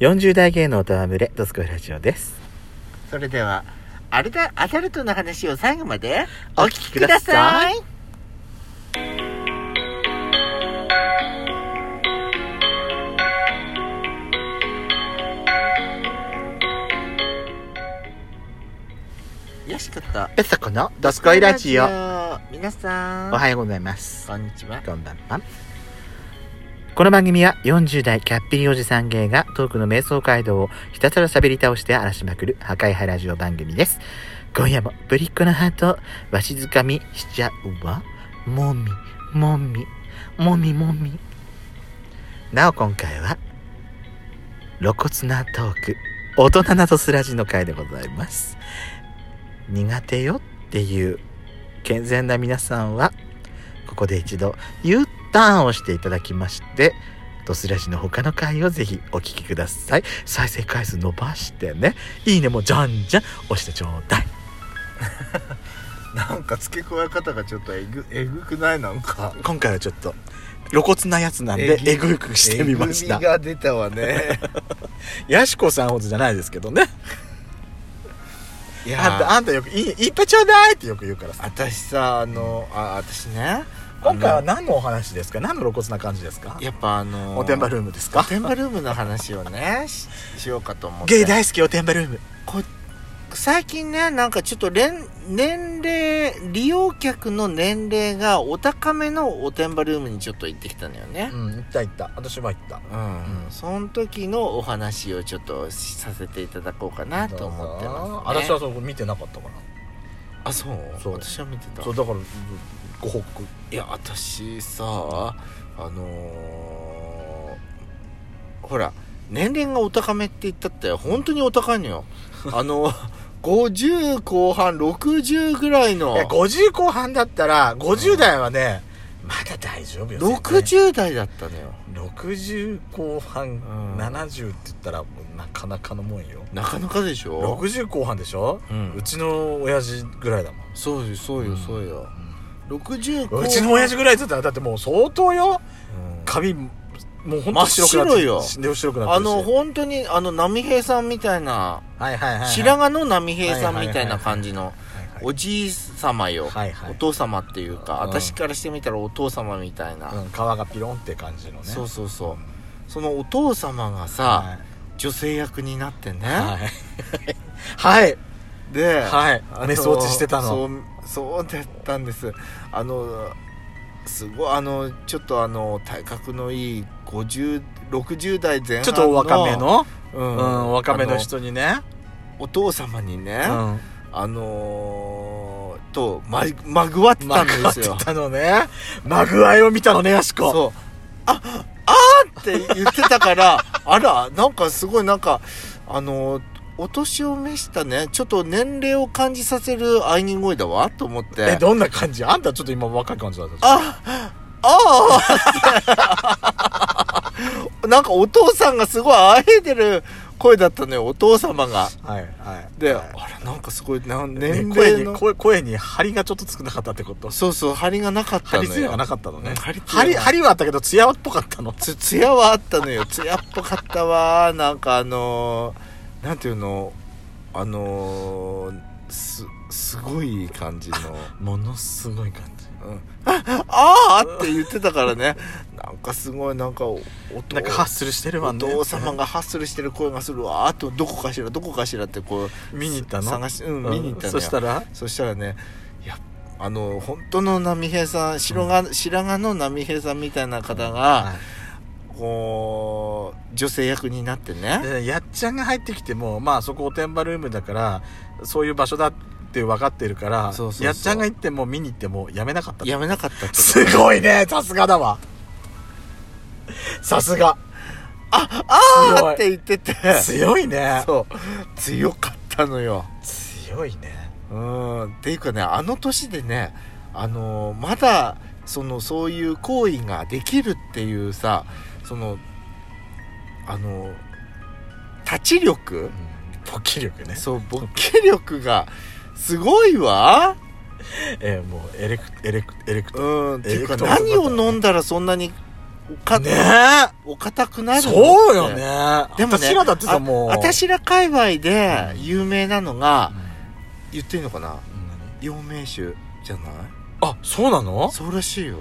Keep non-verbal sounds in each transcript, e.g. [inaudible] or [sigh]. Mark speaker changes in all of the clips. Speaker 1: 40代芸能とはむれ、ドスコイラジオです。
Speaker 2: それではあれだアダルトの話を最後まで
Speaker 1: お
Speaker 2: お
Speaker 1: 聞
Speaker 2: 聞
Speaker 1: きく
Speaker 2: きく
Speaker 1: だ
Speaker 2: だ
Speaker 1: さ
Speaker 2: さ
Speaker 1: い
Speaker 2: いよしこと
Speaker 1: ペソコのドスコイラジオ。
Speaker 2: 皆さん
Speaker 1: おはようございます。
Speaker 2: こんにちは
Speaker 1: こんばんは。この番組は40代キャッピーおじさん芸がトークの瞑想街道をひたすら喋り倒して荒らしまくる破壊派ラジオ番組です。今夜もぶりっ子のハートをわしづかみしちゃうわ。もみ、もみ、もみもみ。なお今回は露骨なトーク、大人なドスラジの回でございます。苦手よっていう健全な皆さんはここで一度 U ターンをしていただきまして、ドスラジの他の回をぜひお聞きください。再生回数伸ばしてね。いいねもじゃんじゃん押してちょうだい。
Speaker 2: なんか付け加え方がちょっとえぐえぐくないなんか
Speaker 1: 今回はちょっと露骨なやつなんで
Speaker 2: え、ぐ
Speaker 1: えぐくしてみまし
Speaker 2: え
Speaker 1: た
Speaker 2: ぐみ。が出た
Speaker 1: [laughs]
Speaker 2: わね
Speaker 1: ヤシコさんほどじゃないですけどね。
Speaker 2: い
Speaker 1: あんた、あんたよく、いい、いっぱいちょうだいってよく言うからさ。
Speaker 2: 私さあのあ私ね
Speaker 1: 今回
Speaker 2: あ
Speaker 1: は
Speaker 2: の
Speaker 1: 何のお話ですか何の露骨な感じですか
Speaker 2: やっぱあの
Speaker 1: おてんばルームです
Speaker 2: お
Speaker 1: か
Speaker 2: てんばルームの話をねししようかと思って
Speaker 1: ゲイ大好きおてんばルーム。
Speaker 2: 最近ねなんかちょっと連年齢利用客の年齢がお高めのおてんばルームにちょっと行ってきたのよね
Speaker 1: うん、行った行った。私も行った。
Speaker 2: うん、
Speaker 1: うん
Speaker 2: その時のお話をちょっとさせていただこうかなと思ってます、ね、
Speaker 1: 私はそこ見てなかったから。
Speaker 2: あそう
Speaker 1: そう
Speaker 2: 私は見てた
Speaker 1: そうだからご報告
Speaker 2: いや私さあのーほら年齢がお高めって言ったって本当にお高いの
Speaker 1: [laughs]
Speaker 2: よあの50後半60ぐらいの
Speaker 1: いや50後半だったら50代はね、まだ大丈夫よ絶
Speaker 2: 60代だったのよ
Speaker 1: 対60後半、
Speaker 2: ん
Speaker 1: 70って言ったらもうなかなかのもんよ
Speaker 2: なかなかでしょ、
Speaker 1: 60後半でしょ、
Speaker 2: う、
Speaker 1: うんちの親父ぐらいだもん、
Speaker 2: そうよそうよそうよ、60後
Speaker 1: うちの親父ぐらいって言ったらだってもう相当よ
Speaker 2: うん
Speaker 1: 髪もうほんと白くなって
Speaker 2: 真っ白よ
Speaker 1: で白くなって
Speaker 2: あ
Speaker 1: るし
Speaker 2: の本当にあの波平さんみたいな
Speaker 1: はいはいはい、はい、
Speaker 2: 白髪の波平さんみたいな感じの
Speaker 1: はい
Speaker 2: おじい様よ、
Speaker 1: はいはい
Speaker 2: お父様っていうか、
Speaker 1: うん
Speaker 2: 私からしてみたらお父様みたいな、
Speaker 1: うん、皮がピロンって感じのね
Speaker 2: そうそうそう
Speaker 1: うん
Speaker 2: そのお父様がさ、女性役になってね、
Speaker 1: はいはい
Speaker 2: で、
Speaker 1: はい
Speaker 2: あの
Speaker 1: メス落ちしてたの
Speaker 2: そうそうだったんですあのすごいあのちょっとあの体格のいい5060代前半の
Speaker 1: ちょっと若め、の、
Speaker 2: う
Speaker 1: うんん、若めの人にね、
Speaker 2: あのお父様にね、
Speaker 1: うん、
Speaker 2: あのーとままぐわってたんですよ
Speaker 1: たのね。まぐわいを見たのね、ヤシコ。
Speaker 2: そうああーって言ってたから [laughs] あらなんかすごいなんかあのーお年を召したねちょっと年齢を感じさせるアイニン声だわと思って
Speaker 1: え、どんな感じあんたちょっと今若い感じだった。
Speaker 2: あああ [laughs] なんかお父さんがすごいあえてる声だったのよ、お父様が。
Speaker 1: はい、はい。
Speaker 2: で、
Speaker 1: はい
Speaker 2: あら、なんかすごい、な
Speaker 1: ね
Speaker 2: 年
Speaker 1: 声
Speaker 2: 齢
Speaker 1: に、
Speaker 2: の、
Speaker 1: 声、声に張りがちょっと少なかったってこと
Speaker 2: そうそう、張りがなかった
Speaker 1: 張
Speaker 2: の
Speaker 1: り
Speaker 2: よ。
Speaker 1: 艶がなかったのね。
Speaker 2: うん張
Speaker 1: 張
Speaker 2: り艶が
Speaker 1: り、張りはあったけど、艶っぽかったの。
Speaker 2: つ、艶はあったのよ。艶っぽかったわ。なんかあのーなんていうの、あのーす、すごい感じの。
Speaker 1: ものすごい感じ。
Speaker 2: うんああーって言ってたからね。なんかすごい、なんかお、お父
Speaker 1: なんかハッスルしてるわ
Speaker 2: お
Speaker 1: ね。
Speaker 2: 父様がハッスルしてる声がするわあとどこかしらどこかしらってこう
Speaker 1: 見に行ったの
Speaker 2: 探し、う、
Speaker 1: うん
Speaker 2: 見に行ったのよ
Speaker 1: そしたら、
Speaker 2: そしたらねいやあの本当の波平さん白髪,、白髪の波平さんみたいな方が、こう女性役になってね
Speaker 1: でやっちゃんが入ってきてもまあそこおてんばルームだからそういう場所だって分かってるから
Speaker 2: そうそうそう
Speaker 1: やっちゃんが行っても見に行ってもやめなかった
Speaker 2: やめなかったって
Speaker 1: すごいねさすがだわさすが
Speaker 2: あ
Speaker 1: すご
Speaker 2: あ
Speaker 1: い
Speaker 2: って言ってて
Speaker 1: 強いね
Speaker 2: そう強かったのよ
Speaker 1: 強いね
Speaker 2: うんっていうかねあの年でねあのーまだそのそういう行為ができるっていうさそのあのー立ち力
Speaker 1: 勃起力ね、
Speaker 2: そう勃起力がすごいわ
Speaker 1: えーもうエレクエレクエレクト
Speaker 2: うんっていうか
Speaker 1: えーちょっと
Speaker 2: 何を飲んだらそんなにか、
Speaker 1: ねえ
Speaker 2: お堅くなるの
Speaker 1: そうよね
Speaker 2: でもね
Speaker 1: 私らだって
Speaker 2: あ
Speaker 1: さもう
Speaker 2: 私ら界隈で有名なのが、言っていいのかな
Speaker 1: うん
Speaker 2: 陽明酒じゃない
Speaker 1: あそうなの
Speaker 2: そうらしいよ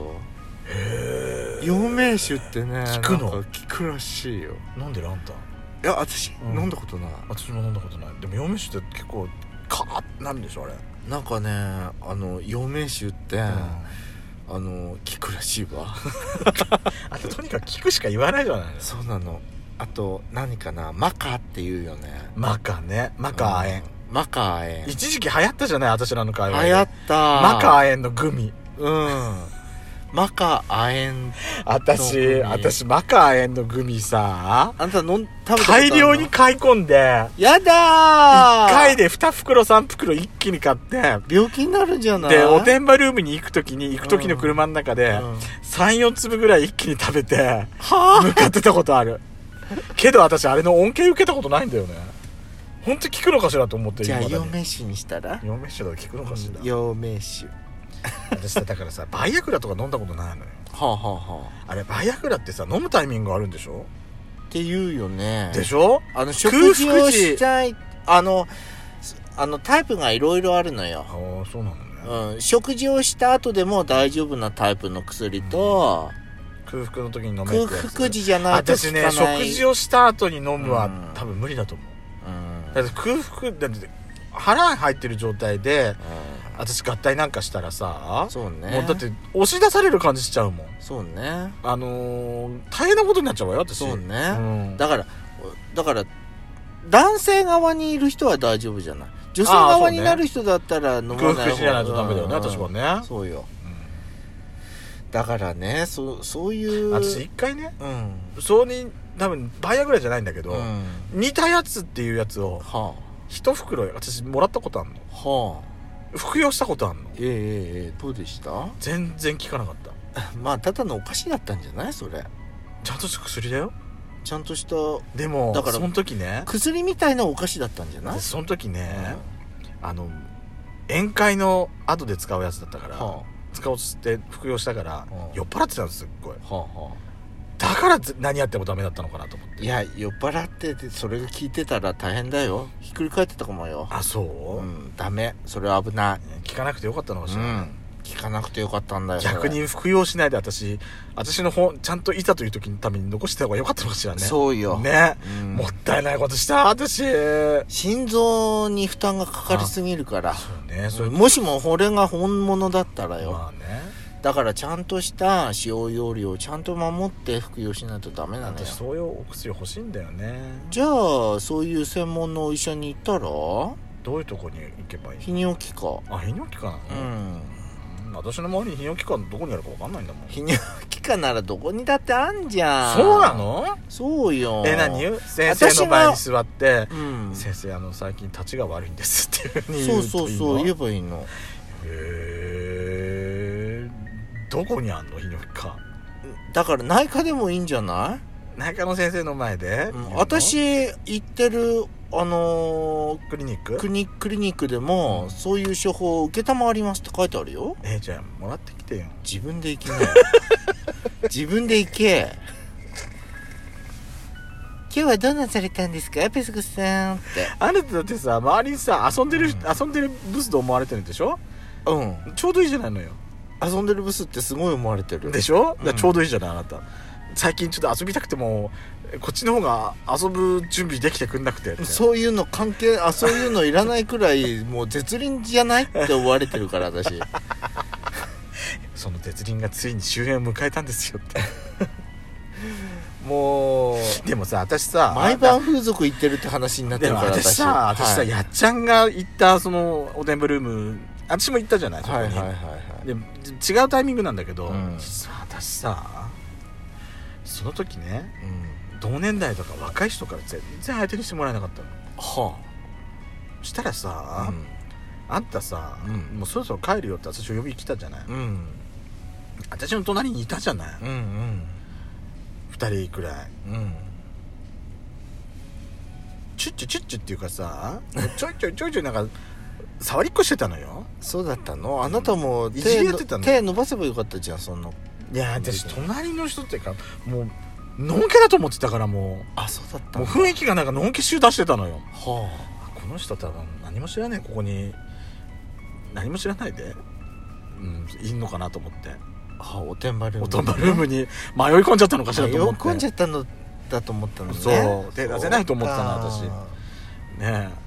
Speaker 2: 陽明酒ってね
Speaker 1: 聞くの
Speaker 2: なんか聞くらしいよ
Speaker 1: 飲んでるあんた
Speaker 2: いや私、
Speaker 1: うん
Speaker 2: 飲んだことない
Speaker 1: 私も飲んだことないでも陽明酒って結構カーってなるんでしょあれ、
Speaker 2: なんかねあの陽明酒って、あの聞くらしいわ [laughs]
Speaker 1: あととにかく聞くしか言わないじゃない
Speaker 2: そうなのあと何かなマカっていうよね
Speaker 1: マカねマカ亜鉛
Speaker 2: うんマカ亜鉛
Speaker 1: 一時期流行ったじゃない私らの会
Speaker 2: 流
Speaker 1: 話
Speaker 2: 行った
Speaker 1: マカ亜鉛のグミ
Speaker 2: うんマカ亜鉛
Speaker 1: 私
Speaker 2: グミ
Speaker 1: 私マカ亜鉛のグミさ
Speaker 2: あんた飲ん食べたことある
Speaker 1: 大
Speaker 2: の
Speaker 1: 量に買い込んで
Speaker 2: やだー
Speaker 1: 1回で2袋3袋一気に買って
Speaker 2: 病気になるんじゃない
Speaker 1: でおてんばルームに行く時に行く時の車の中で
Speaker 2: うん
Speaker 1: 34粒ぐらい一気に食べて
Speaker 2: は
Speaker 1: 向かってたことあるけど私あれの恩恵受けたことないんだよね本当聞くのかしらと思って
Speaker 2: じゃあ
Speaker 1: 未だ
Speaker 2: 陽
Speaker 1: に
Speaker 2: 明酒にしたら
Speaker 1: 陽明酒だと聞くのかしら、
Speaker 2: 陽明酒
Speaker 1: 私さだからさバイアグラとか飲んだことないのよ
Speaker 2: はあはあはあ
Speaker 1: あれバイアグラってさ飲むタイミングあるんでしょ、
Speaker 2: って言うよね
Speaker 1: でしょ
Speaker 2: あの
Speaker 1: 空腹
Speaker 2: 食
Speaker 1: 時
Speaker 2: 事をしたいあのすあのタイプがいろいろあるのよ
Speaker 1: あ、あそうなのね、
Speaker 2: うん、食事をした後でも大丈夫なタイプの薬と、
Speaker 1: 空腹の時に飲めって
Speaker 2: 空
Speaker 1: やつ
Speaker 2: 腹時じゃないと
Speaker 1: 私
Speaker 2: 効
Speaker 1: ね
Speaker 2: かない
Speaker 1: 食事をした後に飲むは、
Speaker 2: うん
Speaker 1: 多分無理だと思う
Speaker 2: うん
Speaker 1: だって空腹だって腹入ってる状態で私合体なんかしたらさ
Speaker 2: うん、そうね
Speaker 1: もうだって押し出される感じしちゃうもん
Speaker 2: そうね
Speaker 1: あのー、大変なことになっちゃうわよ私
Speaker 2: そうね、
Speaker 1: うん
Speaker 2: だからおだから男性側にいる人は大丈夫じゃない女性側になる人だったら飲まない
Speaker 1: 空
Speaker 2: 方
Speaker 1: 腹しないとダメだよね
Speaker 2: うん
Speaker 1: 私はね
Speaker 2: そうよだからねそうそういううん
Speaker 1: 私一回ね
Speaker 2: うん
Speaker 1: そうに多分バイアグラじゃないんだけど、
Speaker 2: うん
Speaker 1: 似たやつっていうやつを
Speaker 2: は
Speaker 1: 一袋私もらったことあんの
Speaker 2: あはあ
Speaker 1: 服用したことあんの
Speaker 2: ええええええどうでした [laughs]
Speaker 1: 全然効かなかった
Speaker 2: まあただのお菓子だったんじゃないそれ
Speaker 1: ちゃんとした薬だよ
Speaker 2: ちゃんとした
Speaker 1: でも
Speaker 2: だから
Speaker 1: その時ね
Speaker 2: 薬みたいなお菓子だったんじゃない
Speaker 1: 私その時ね、あの宴会の後で使うやつだったから、
Speaker 2: は
Speaker 1: 使おうとして服用したから、
Speaker 2: うん
Speaker 1: 酔っ払ってたんですすっごい
Speaker 2: あはあは
Speaker 1: だからぜ何やってもダメだったのかなと思っ
Speaker 2: あ
Speaker 1: て
Speaker 2: いや酔っ払っててそれが効いてたら大変だよひっくり返ってたかもよ
Speaker 1: あそうう、
Speaker 2: んダメそれは危ない
Speaker 1: 聞かなくてよかったのかし
Speaker 2: う
Speaker 1: ら、
Speaker 2: ん聞かなくてよかったんだよ
Speaker 1: 逆に服用しないで私私の本ちゃんといざという時のために残してた方がよかったのかしらね
Speaker 2: そうよ
Speaker 1: ね、
Speaker 2: うん
Speaker 1: もったいないことした私
Speaker 2: 心臓に負担がかかりすぎるから
Speaker 1: そうねそれ
Speaker 2: もしもこれが本物だったらよ、
Speaker 1: まあね
Speaker 2: だからちゃんとした使用用量をちゃんと守って服用しないとダメなのよ
Speaker 1: 私そういうお薬欲しいんだよね
Speaker 2: じゃあそういう専門のお医者に行ったら
Speaker 1: どういうとこに行けばいい
Speaker 2: 泌尿器科
Speaker 1: あ泌尿器科な
Speaker 2: う
Speaker 1: の、
Speaker 2: ん
Speaker 1: うん私の周りに泌尿器科どこにあるか分かんないんだもん
Speaker 2: 泌尿器科ならどこにだってあんじゃん
Speaker 1: そうなの
Speaker 2: そうよ
Speaker 1: え何言う先生の前に座って
Speaker 2: うん
Speaker 1: 先生あの最近立ちが悪いんですっていうふうに言
Speaker 2: そううそうそう言え
Speaker 1: へ
Speaker 2: ばいいの
Speaker 1: えどこにあんの泌尿器科
Speaker 2: だから内科でもいいんじゃない
Speaker 1: 内科の先生の前で、
Speaker 2: うん
Speaker 1: 言うの
Speaker 2: 私行ってるあの
Speaker 1: クリニッ
Speaker 2: ー
Speaker 1: ク
Speaker 2: クリクリニックでも、
Speaker 1: うん
Speaker 2: そういう処方を承りますって書いてあるよ
Speaker 1: えじゃあもらってきてよ
Speaker 2: 自分で行けない [laughs] 自分で行け今日はどんなされたんですかペスコさんって
Speaker 1: あなただってさ周りにさ遊んでる、
Speaker 2: うん
Speaker 1: 遊んでるブスと思われてるんでしょ
Speaker 2: うん
Speaker 1: ちょうどいいじゃないのよ
Speaker 2: 遊んでるブスってすごい思われてる
Speaker 1: でしょ、
Speaker 2: うん
Speaker 1: だからちょうどいいじゃないあなた最近ちょっと遊びたくてもこっちの方が遊ぶ準備できてくんなくて
Speaker 2: そういうの関係あそういうのいらないくらいもう絶倫じゃないって思われてるから [laughs] 私
Speaker 1: その絶倫がついに終焉を迎えたんですよって
Speaker 2: もう
Speaker 1: で [laughs] もさ私さ
Speaker 2: 毎晩風俗行ってるって話になって
Speaker 1: で
Speaker 2: る
Speaker 1: も
Speaker 2: から
Speaker 1: 私さ私さ、
Speaker 2: はい
Speaker 1: やっちゃんが行ったそのおでんぶルーム私も行ったじゃないそこに、
Speaker 2: はいはいはいはい
Speaker 1: でち違うタイミングなんだけど、
Speaker 2: うん
Speaker 1: 実は私さその時ね
Speaker 2: うん
Speaker 1: 同年代とか若い人から全然相手にしてもらえなかったの
Speaker 2: は
Speaker 1: したら
Speaker 2: あ
Speaker 1: さ、
Speaker 2: うん
Speaker 1: あんたさ、
Speaker 2: うん
Speaker 1: もうそろそろ帰るよって私を呼びに来たじゃない、
Speaker 2: うん
Speaker 1: 私の隣にいたじゃない、
Speaker 2: うんうん
Speaker 1: 二2人くらい
Speaker 2: うん
Speaker 1: チュッチュチュッチュっていうかさちょいちょいちょいちょいなんか触りっこしてたのよ
Speaker 2: そうだったのあなたも
Speaker 1: いじり
Speaker 2: 手
Speaker 1: 合っ
Speaker 2: の
Speaker 1: てたの
Speaker 2: 手伸ばせばよかったじゃんその
Speaker 1: いや私隣の人っていうかもうのんけだと思ってたからも
Speaker 2: あそうだっ
Speaker 1: う
Speaker 2: た
Speaker 1: もう
Speaker 2: の
Speaker 1: 雰囲気がなんかのんけ集出してたのよ
Speaker 2: は
Speaker 1: あこの人多分何も知らないここに何も知らないで、うん、いんのかなと思って
Speaker 2: あはあおてんばルーム
Speaker 1: おとんばルームに迷い込んじゃったのかしら
Speaker 2: 迷い
Speaker 1: と思って
Speaker 2: 込んじゃったのだと思ったのね
Speaker 1: そう手出せないと思ってたな
Speaker 2: そうか
Speaker 1: ねえ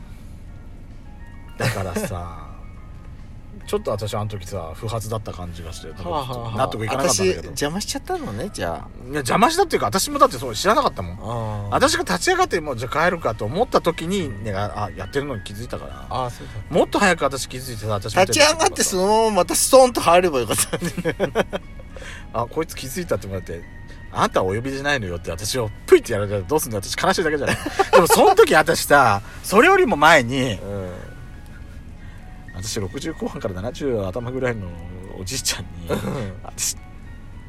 Speaker 1: だからさ [laughs] ちょっと私あの時さ不発だった感じがしてなんかちょ
Speaker 2: はあ
Speaker 1: っ
Speaker 2: はあ
Speaker 1: と
Speaker 2: はあ
Speaker 1: 納得いかなかったんだけど
Speaker 2: 私
Speaker 1: いや
Speaker 2: 邪魔しちゃったのねじゃ
Speaker 1: 邪魔したっていうか私もだってそう知らなかったもん
Speaker 2: ああ
Speaker 1: 私が立ち上がってもうじゃあ帰るかと思った時に、ね、ああやってるのに気づいたから
Speaker 2: ああそうだ
Speaker 1: もっと早く私気づいてさ私
Speaker 2: 立ち上がってそ
Speaker 1: す
Speaker 2: のまままたストンと入ればよかったね
Speaker 1: あこいつ気づいたってもらってあなたはお呼びじゃないのよって私をプイってやられたらどうすんの私悲しいだけじ
Speaker 2: [laughs]
Speaker 1: ゃないでもその時私さそれよりも前に
Speaker 2: うん
Speaker 1: 私60後半から70頭ぐらいのおじいちゃんに私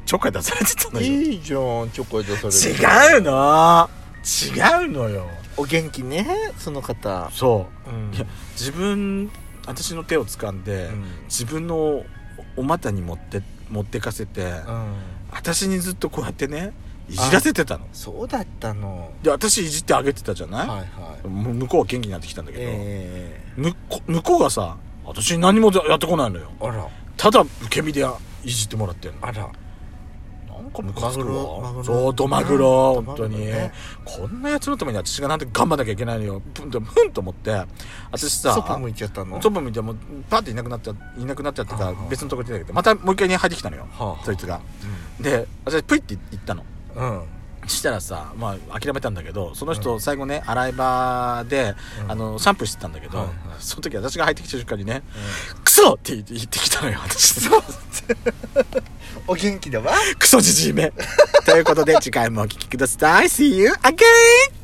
Speaker 1: ちょっかい出されてたのよ違
Speaker 2: いいじゃんチョコレートそれ
Speaker 1: うの違うのよ
Speaker 2: お元気ねその方
Speaker 1: そう
Speaker 2: うん
Speaker 1: いや自分私の手を掴んで、
Speaker 2: うん
Speaker 1: 自分のおお股に持って持ってかせて、
Speaker 2: うん
Speaker 1: 私にずっとこうやってねいじらせてたの
Speaker 2: そうだったの
Speaker 1: で私いじってあげてたじゃない、
Speaker 2: いはい
Speaker 1: もう向こうは元気になってきたんだけど、
Speaker 2: え
Speaker 1: 向こ向こうがさ私に何もやってこないのよ
Speaker 2: えあら
Speaker 1: ただ受け身でいじってもらってんの
Speaker 2: あら
Speaker 1: なんかムカつく
Speaker 2: マグ
Speaker 1: わ
Speaker 2: ロ
Speaker 1: そうドマグロ
Speaker 2: うん
Speaker 1: 本当に、
Speaker 2: ドマグロね
Speaker 1: こんなやつのために私がなんて頑張んなきゃいけないのよふんとふんと思って私さ
Speaker 2: そっぽ向いちゃったの
Speaker 1: トップ見てもうパッていなくなっちゃいなくなっちゃってから
Speaker 2: あー
Speaker 1: 別のとこ行ってたけどまたもう一回ね入ってきたのよ
Speaker 2: はあ
Speaker 1: そいつがで私プイって行ったの
Speaker 2: うんうん
Speaker 1: したらさまあ諦めたんだけどその
Speaker 2: う
Speaker 1: 人最後ね洗い場で
Speaker 2: うん
Speaker 1: あのシャンプーしてたんだけど
Speaker 2: はいはい
Speaker 1: その時私が入ってきた瞬間にね「クソ!」って言って言ってきたのよ私
Speaker 2: お元気だわ
Speaker 1: クソじじいめということで次回もお聴きください See you again!